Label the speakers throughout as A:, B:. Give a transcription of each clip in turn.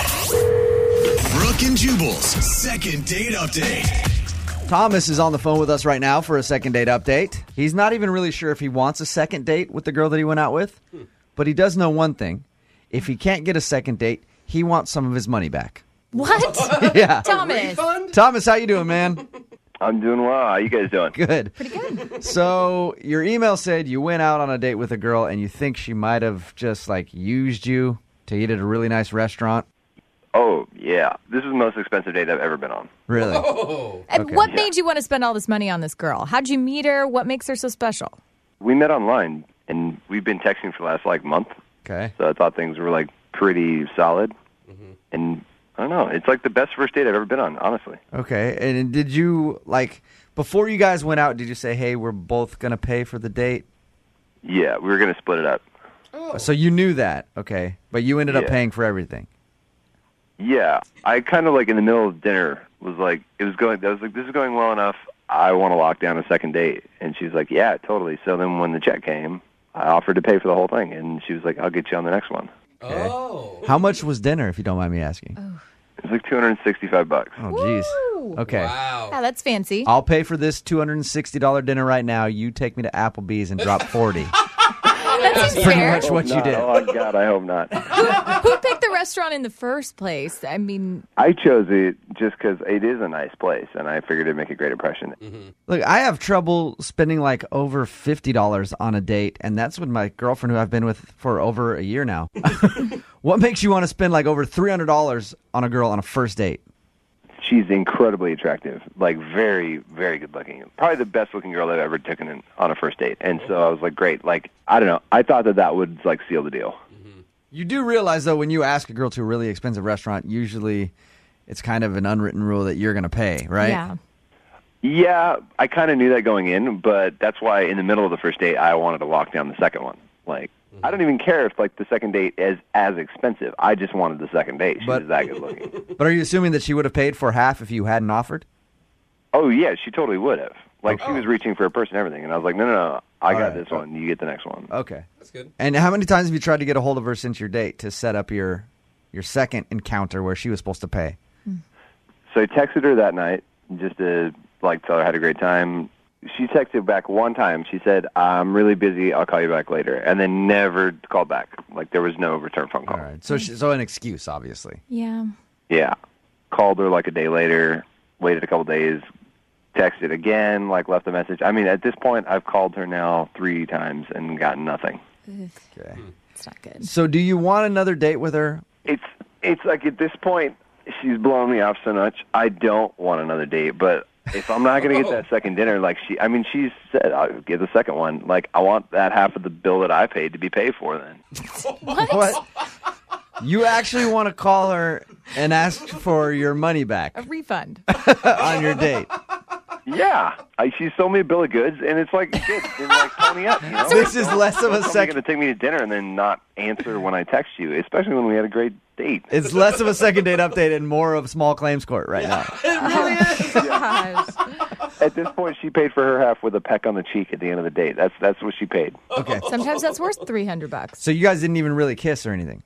A: 92.5. Brooke and Jubal's second date update.
B: Thomas is on the phone with us right now for a second date update. He's not even really sure if he wants a second date with the girl that he went out with, but he does know one thing. If he can't get a second date, he wants some of his money back.
C: What?
B: Yeah.
C: Thomas.
B: Thomas, how you doing, man?
D: I'm doing well. How you guys doing?
B: Good.
C: Pretty good.
B: So, your email said you went out on a date with a girl and you think she might have just like used you to eat at a really nice restaurant.
D: Oh yeah, this is the most expensive date I've ever been on.
B: Really?
C: And
B: Okay.
C: what made you want to spend all this money on this girl? How'd you meet her? What makes her so special?
D: We met online, and we've been texting for the last like month,
B: Okay.
D: so I thought things were like pretty solid. And I don't know, it's like the best first date I've ever been on, honestly.
B: Okay. And did you like before you guys went out, did you say, "Hey, we're both going to pay for the date?"
D: Yeah, we were gonna split it up.
B: So you knew that, okay? But you ended up
D: Yeah.
B: paying for everything.
D: Yeah, I kind of like in the middle of dinner was like, it was going. I was like, this is going well enough. I want to lock down a second date, and she's like, yeah, totally. So then when the check came, I offered to pay for the whole thing, and she was like, I'll get you on the next one.
E: Oh.
B: How much was dinner, if you don't mind me asking?
D: It was like 265 bucks.
B: Oh, jeez. Oh,
C: Ooh.
B: Okay.
E: Wow.
C: Yeah, that's fancy.
B: I'll pay for this two hundred and sixty dollar dinner right now. You take me to Applebee's and drop forty.
C: that seems
B: Pretty
C: fair.
B: much what you
D: not.
B: did.
D: Oh God, I hope not.
C: Who picked the restaurant in the first place? I mean,
D: I chose it just because it is a nice place, and I figured it'd make a great impression.
B: Look, I have trouble spending like over fifty dollars on a date, and that's with my girlfriend who I've been with for over a year now. what makes you want to spend like over three hundred dollars on a girl on a first date?
D: She's incredibly attractive, like very, very good looking. Probably the best looking girl I've ever taken in, on a first date. And so I was like, great. Like I don't know. I thought that that would like seal the deal.
B: You do realize though, when you ask a girl to a really expensive restaurant, usually it's kind of an unwritten rule that you're going to pay, right?
C: yeah.
D: Yeah, I kind of knew that going in, but that's why in the middle of the first date, I wanted to lock down the second one. Like. I
B: Mm-hmm.
D: don't even care if like the second date is as expensive. I just wanted the second date. She
B: But-
D: was that good looking.
B: But are you assuming that she would have paid for half if you hadn't offered?
D: Oh yeah, she totally would have. Like she was reaching for a purse and everything, and I was like, no, no, no,
B: All
D: I got
B: right.
D: this one. You get the next one.
B: Okay.
E: That's good.
B: And how many times have you tried to get a hold of her since your date to set up your your second encounter where she was supposed to pay?
D: So I texted her that night just to like tell her I had a great time. She texted back one time. She said, "I'm really busy. I'll call you back later," and then never called back. Like there was no return phone call.
B: All right. So she, so an excuse, obviously.
C: Yeah.
D: Yeah, called her like a day later. Waited a couple days. Texted again. Like left a message. I mean, at this point, I've called her now three times and gotten nothing.
B: Okay.
C: It's not good.
B: So do you want another date with her?
D: it's it's like at this point she's blowing me off so much i don't want another date but if i'm not going to get that
B: Oh.
D: second dinner like she i mean she said i'll get the second one like i want that half of the bill that i paid to be paid for then
B: What? You actually want to call her and ask for your money back
C: A refund.
B: on your date?
D: yeah I, she sold me a bill of goods and it's like good then like tell me up you know
B: This is less of a
D: second
B: second.
D: going to take me to dinner and then not answer when i text you especially when we had a great date
B: It's less of a second date update and more of small claims court right now.
C: Gosh.
D: at this point she paid for her half with a peck on the cheek at the end of the date that's that's what she paid
B: Okay.
C: Sometimes that's worth 300 bucks.
B: So you guys didn't even really kiss or anything.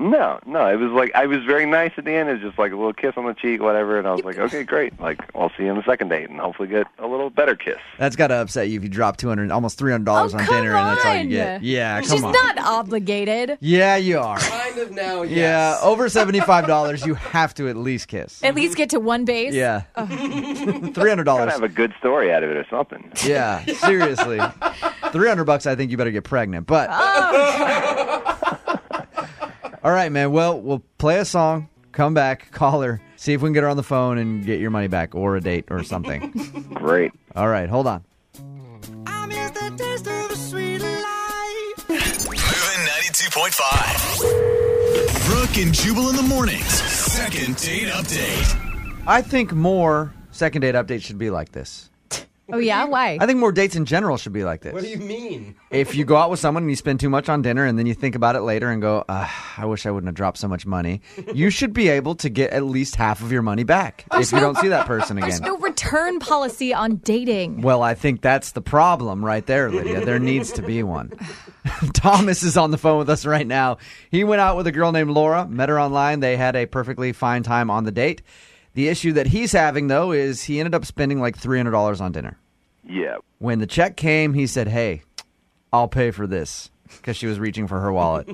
D: No, no. It was like I was very nice at the end. It was just like a little kiss on the cheek, whatever. And I was like, okay, great. Like I'll see you on the second date, and hopefully get a little better kiss.
B: That's got to upset you if you drop two hundred, almost three hundred dollars
C: Oh,
B: on
C: come
B: dinner, and that's all you
C: on.
B: get. Yeah, come
C: She's
B: on.
C: not obligated.
B: yeah, you are.
E: Kind of now, yes.
B: Yeah, over seventy-five dollars, you have to at least kiss.
C: At least get to one base.
B: Yeah, three hundred
D: Gotta
B: dollars.
D: have a good story out of it or something.
B: Yeah, seriously, three hundred bucks. I think you better get pregnant. But
C: Oh.
B: all right, man. Well, we'll play a song, come back, call her, see if we can get her on the phone and get your money back or a date or something.
D: Great.
B: all right, hold on.
F: I miss the taste of the sweet life.
A: Moving 92.5. Brooke and Jubal in the mornings. Second date update.
B: I think more second date updates should be like this.
C: Oh yeah, why?
B: I think more dates in general should be like this.
E: What do you mean?
B: if you go out with someone and you spend too much on dinner and then you think about it later and go, ah, I wish I wouldn't have dropped so much money, you should be able to get at least half of your money back if you don't see that person
C: There's
B: again.
C: no return policy on dating.
B: Well, I think that's the problem right there, Lydia. There needs to be one. Thomas is on the phone with us right now. He went out with a girl named Laura, met her online. They had a perfectly fine time on the date. The issue that he's having, though, is he ended up spending like $300 on dinner.
D: Yeah.
B: When the check came, he said, Hey, I'll pay for this because she was reaching for her wallet.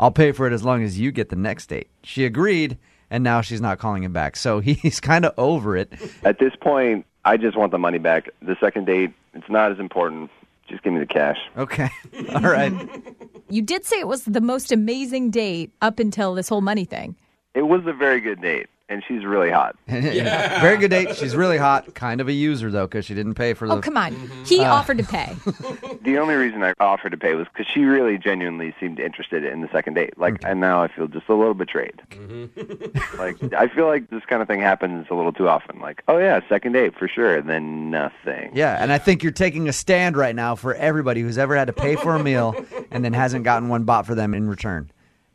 B: I'll pay for it as long as you get the next date. She agreed, and now she's not calling him back. So he's kind of over it.
D: At this point, I just want the money back. The second date, it's not as important. Just give me the cash.
B: Okay. All right.
C: You did say it was the most amazing date up until this whole money thing.
D: It was a very good date, and she's really hot.
B: Very good date. She's really hot. Kind of a user though, because she didn't pay for the.
C: Oh come on,
B: Mm-hmm.
C: he
B: Ah.
C: offered to pay.
D: The only reason I offered to pay was because she really genuinely seemed interested in the second date. Like, and now I feel just a little betrayed.
B: Mm-hmm.
D: like, I feel like this kind of thing happens a little too often. Like, oh yeah, second date for sure, and then nothing.
B: Yeah, and I think you're taking a stand right now for everybody who's ever had to pay for a meal and then hasn't gotten one bought for them in return.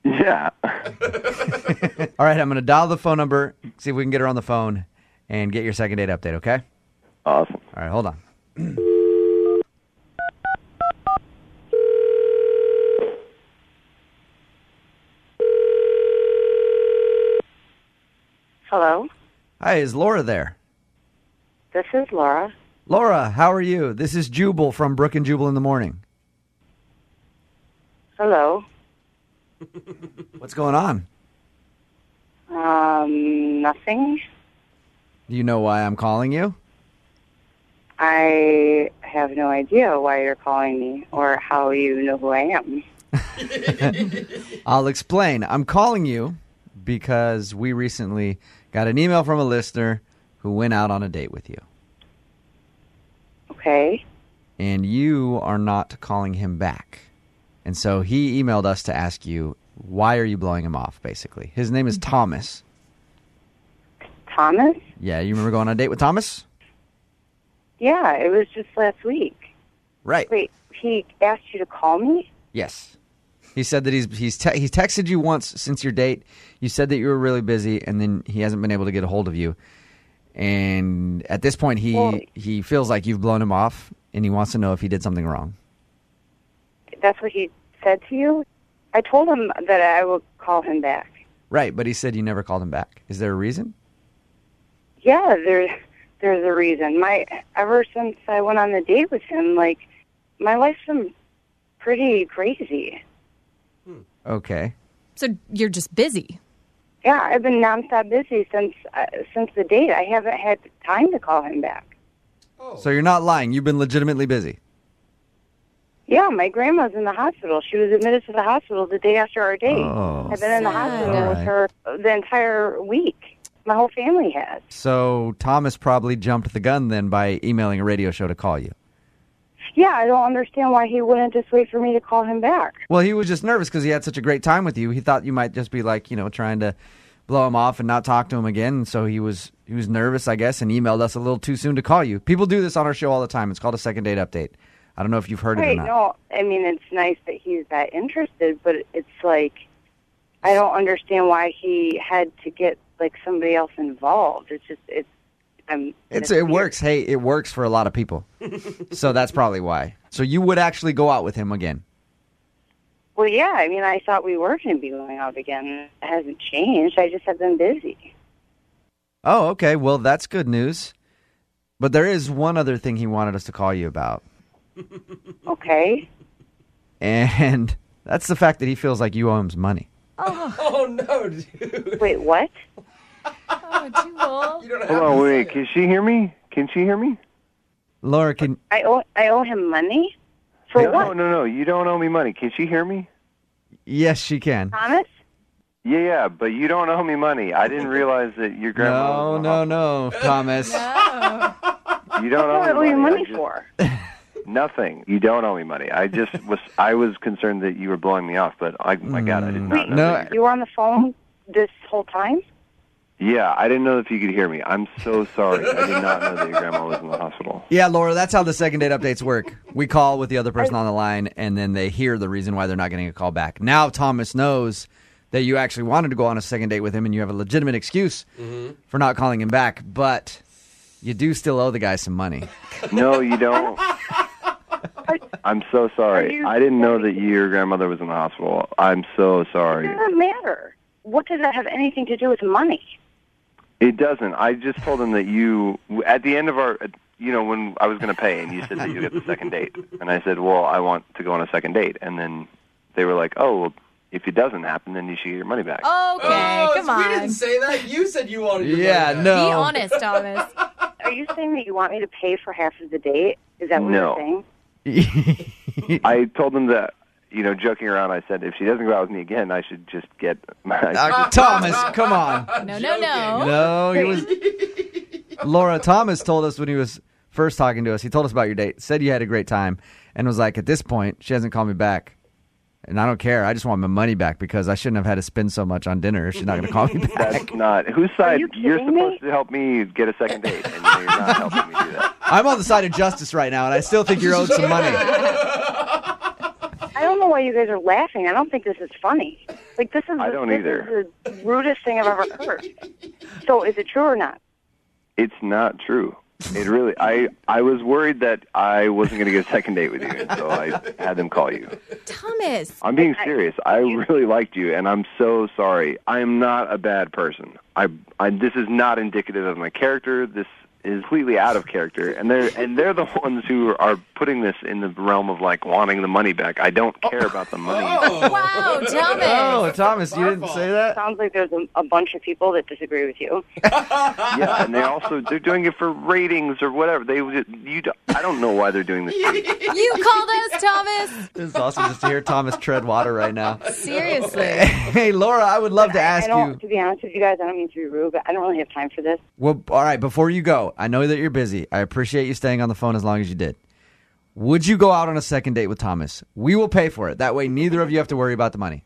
D: Yeah.
B: All right, I'm going to dial the phone number, see if we can get her on the phone, and get your second date update. Okay.
D: awesome.
B: All right, hold on.
G: Hello,
B: Hi, is Laura there?
G: this is Laura.
B: Laura, how are you? This is Jubal from Brook and Jubal in the morning.
G: Hello.
B: What's going on?
G: Um, nothing.
B: Do you know why I'm calling you?
G: I have no idea why you're calling me or how you know who I am.
B: I'll explain. I'm calling you because we recently got an email from a listener who went out on a date with you.
G: Okay.
B: And you are not calling him back. And so he emailed us to ask you, why are you blowing him off, basically? His name is Thomas.
G: Thomas?
B: Yeah, you remember going on a date with Thomas?
G: Yeah, it was just last week.
B: Right.
G: Wait, he asked you to call me?
B: Yes. He said that he's he's te- he's texted you once since your date. You said that you were really busy, and then he hasn't been able to get a hold of you. And at this point, he
G: Well-
B: he feels like you've blown him off, and he wants to know if he did something wrong.
G: That's what he said to you? I told him that I will call him back.
B: Right, but he said you never called him back. Is there a reason?
G: Yeah, there's there's a reason. My ever since I went on the date with him, like my life's been pretty crazy.
B: Okay.
C: So you're just busy.
G: Yeah, I've been nonstop busy since uh, since the date. I haven't had time to call him back.
B: So you're not lying. You've been legitimately busy.
G: Yeah, my grandma's in the hospital. She was admitted to the hospital the day after our date.
B: Oh,
G: I've been in the
C: sad.
G: hospital with
B: Alright.
G: her the entire week. My whole family has.
B: So Thomas probably jumped the gun then by emailing a radio show to call you.
G: Yeah, I don't understand why he wouldn't just wait for me to call him back.
B: Well, he was just nervous because he had such a great time with you. He thought you might just be like, you know, trying to blow him off and not talk to him again. So he was he was nervous, I guess, and emailed us a little too soon to call you. People do this on our show all the time. It's called a second date update. I don't know if you've heard it or
G: Right?
B: not.
G: No, I mean it's nice that he's that interested, but it's like I don't understand why he had to get like somebody else involved. It's just it's I'm
B: It's it
G: weird.
B: works. Hey, it works for a lot of people. so that's probably why. So you would actually go out with him again.
G: Well, yeah. I mean, I thought we were going to be going out again. It hasn't changed. I just have been busy.
B: Oh, okay. Well, that's good news. But there is one other thing he wanted us to call you about.
G: Okay.
B: And that's the fact that he feels like you owe him some money.
E: Oh no, dude!
G: Wait, what?
C: Oh, Jewel.
E: You don't have
D: Hold on,
E: to
D: wait.
E: say it.
D: Can she hear me? Can she hear me?
B: Laura, can
G: I owe I owe him money for
D: No,
G: what?
D: no, no. You don't owe me money. Can she hear me?
B: Yes, she can.
G: Thomas?
D: Yeah, yeah, but you don't owe me money. I didn't realize that your
B: No,
D: grandma. was
B: no, no, Thomas.
D: no. You don't owe
G: What
D: me
G: do I owe you
D: money, I
G: money
D: just-
G: for?
D: Nothing. You don't owe me money. I just was. I was concerned that you were
G: Mm.
D: blowing me off, but I, my God, I did not know.
B: No.
D: that you-
G: You were on the phone this whole time?
D: Yeah, I didn't know if you could hear me. I'm so sorry. I did not know that your grandma was in the hospital.
B: Yeah, Laura, that's how the second date updates work. We call with the other person on the line, and then they hear the reason why they're not getting a call back. Now Thomas knows that you actually wanted to go on a second date with him, and you have a legitimate excuse for not calling him back, but you do still owe the guy some money.
D: No, you don't. I'm so sorry. I didn't know that your grandmother was in the hospital. I'm so sorry.
G: It doesn't matter. What does that have anything to do with money?
D: It doesn't. I just told him that you, at the end of our, you know, when I was going to pay, and you said that you get the second date, and I said, well, I want to go on a second date, and then they were like, oh, well, if it doesn't happen, then you should get your money back.
C: Okay,
E: oh,
C: come
E: we
C: on.
E: didn't say that. You said you wanted. your
B: Yeah,
E: money back.
C: Be
B: no.
C: honest, Thomas.
G: Are you saying that you want me to pay for half of the date? Is that what
D: No.
G: you're saying?
D: I told them that, you know, joking around, I said if she doesn't go out with me again, I should just get.
B: Uh, Thomas, come on.
C: No, no, no.
B: No, he was. Laura Thomas told us when he was first talking to us. He told us about your date. Said you had a great time, and was like, at this point, she hasn't called me back, and I don't care. I just want my money back because I shouldn't have had to spend so much on dinner if she's not going to call me back.
D: That's not whose side
G: you
D: you're
G: kidding me?
D: supposed to help me get a second date, and you're not helping me do that.
B: I'm on the side of justice right now, and I still think you're owed some money.
G: I don't know why you guys are laughing. I don't think this is funny. Like this is
D: I don't
G: this
D: either.
G: is the rudest thing I've ever heard. So is it true or not?
D: It's not true. It really. I I was worried that I wasn't going to get a second date with you, and so I had them call you.
C: Thomas.
D: I'm being serious. I really liked you, and I'm so sorry. I am not a bad person. I, I this is not indicative of my character. This is completely out of character, and they're and they're the ones who are putting this in the realm of like wanting the money back. I don't care about the money.
C: Oh. Wow, Thomas.
B: Oh, Thomas, you didn't say that.
G: Sounds like there's a, a bunch of people that disagree with you.
D: Yeah, and they also they're doing it for ratings or whatever. They you don't- I don't know why they're doing this. to you.
C: You called us, Thomas.
B: It's awesome just to hear Thomas tread water right now.
C: Seriously.
B: Hey, Laura, I would love to ask
G: I don't,
B: you.
G: to be honest with you guys, I don't mean to be rude, but I don't really have time for this.
B: Well, all right, before you go, I know that you're busy. I appreciate you staying on the phone as long as you did. Would you go out on a second date with Thomas? We will pay for it. That way, neither of you have to worry about the money.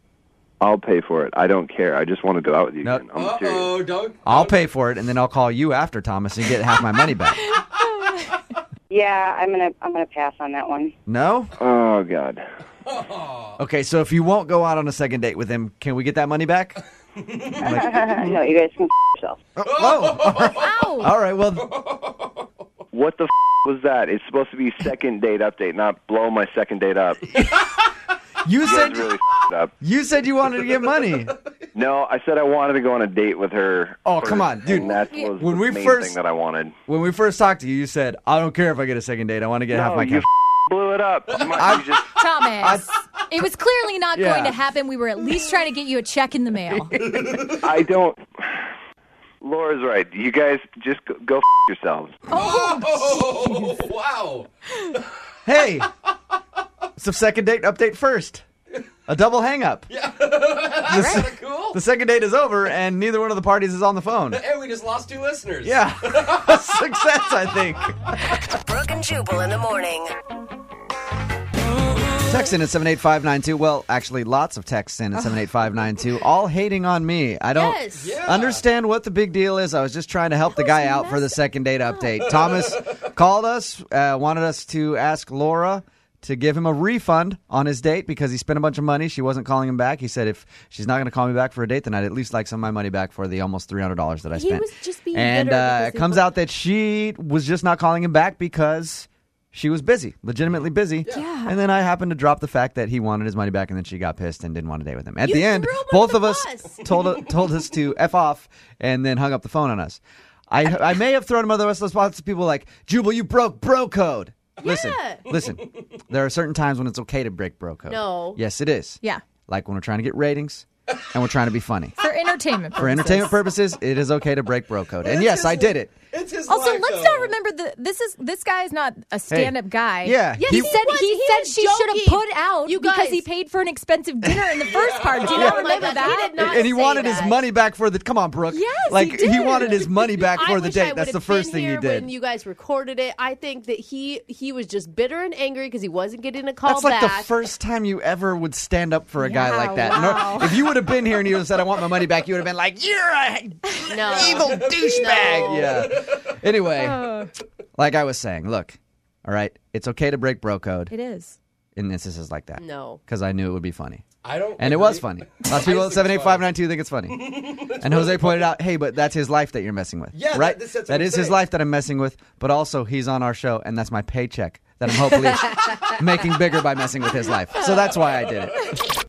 D: I'll pay for it. I don't care. I just want to go out with you.
B: Nope.
D: again. I'm serious.
E: Uh-oh, don't.
B: I'll pay for it, and then I'll call you after Thomas and get half my money back.
G: Yeah, I'm gonna I'm gonna pass on that one.
B: No?
D: Oh God.
B: Okay, so if you won't go out on a second date with him, can we get that money back?
G: no, you guys can yourself.
B: Whoa!
C: Ow.
B: All right, well,
D: What the f- was that? It's supposed to be second date update, not blow my second date up.
B: you
D: You
B: said
D: guys really f***ed up.
B: you said you wanted to get money.
D: No, I said I wanted to go on a date with her.
B: Oh,
D: first,
B: come on, dude.
D: And that was
B: When
D: the
B: we
D: main
B: first-
D: thing that I wanted.
B: When we first talked to you, you said, "I don't care if I get a second date. I want to get half
D: No,
B: my
D: you
B: cash."
D: f- blew it up. You might- you just-
C: Thomas. It was clearly not
B: Yeah.
C: going to happen. We were at least trying to get you a check in the mail.
D: I don't. Laura's right. You guys just go, go f- yourselves.
E: Oh, wow.
B: Hey, it's a second date update first. A double hang up.
E: Kinda cool.
B: The second date is over, and neither one of the parties is on the phone.
E: Hey, we just lost two listeners.
B: Yeah. Success, I think.
H: Brooke and Jubal in the morning.
B: Text in at 78592. Well, actually, lots of texts in at 78592, all hating on me. I don't
C: Yes. Yeah.
B: understand what the big deal is. I was just trying to help the guy out for the second date update. Thomas called us, uh, wanted us to ask Laura to give him a refund on his date because he spent a bunch of money. She wasn't calling him back. He said, if she's not going to call me back for a date, then I'd at least like some of my money back for the almost $300 that I
C: He
B: spent.
C: was just being
B: and
C: bitter
B: uh,
C: because
B: it
C: he
B: comes
C: was-
B: out that she was just not calling him back because she was busy, legitimately busy.
C: Yeah.
B: And then I happened to drop the fact that he wanted his money back, and then she got pissed and didn't want to date with him. At
C: You
B: the end,
C: threw him under
B: both
C: the
B: of us
C: bus.
B: told told us to f off, and then hung up the phone on us. I I may have thrown him under the bus. Those lots of people like Jubal, you broke bro code. Listen,
C: Yeah.
B: listen. There are certain times when it's okay to break bro code.
H: No.
B: Yes, it is.
C: Yeah.
B: Like when we're trying to get ratings, and we're trying to be funny.
C: For entertainment purposes.
B: For entertainment purposes, it is okay to break bro code. And yes, I did it.
E: It's his
C: Also,
E: life,
C: let's
E: though.
C: not remember that this is this guy is not a stand-up guy.
B: Yeah.
C: yes,
B: He-
C: he, said
H: He was-
C: he,
H: he
C: said
H: was
C: she should have
H: joking.
C: put out
H: You
C: because
H: guys-
C: he paid for an expensive dinner in the first part. Do you not
H: Oh my
C: remember
H: gosh,
C: that?
H: he did not
B: and he
H: say
B: wanted
H: that.
B: his money back for the. Come on, Brooke.
C: Yes, he
B: like he,
C: did.
B: wanted his money back
H: I
B: for the
H: wish I
B: date. That's
H: would've
B: the first
H: been
B: thing he
H: here
B: did.
H: When you guys recorded it, I think that he he was just bitter and angry because he wasn't getting a call
B: That's like
H: back.
B: the first time you ever would stand up for a guy
C: Yeah,
B: like that.
C: wow.
B: Nor- if you would would have been here and you would have said, I want my money back, you would have been like, you're a
H: No. Uh.
B: evil douchebag.
H: No.
B: Yeah. Anyway, like I was saying, look, all right, it's okay to break bro code
C: It is.
B: in instances like that.
H: No.
B: Because I knew it would be funny.
E: I don't.
B: And it
E: agree.
B: was funny. Lots of people
E: I
B: at
E: think it's funny.
B: 78592 think it's funny. and Jose pointed out, hey, but that's his life that you're messing with.
E: Yeah, that-
B: right?
E: that's- that's what
B: that
E: I'm
B: is his
E: saying.
B: life that I'm messing with, but also he's on our show, and that's my paycheck that I'm hopefully making bigger by messing with his life. So that's why I did it.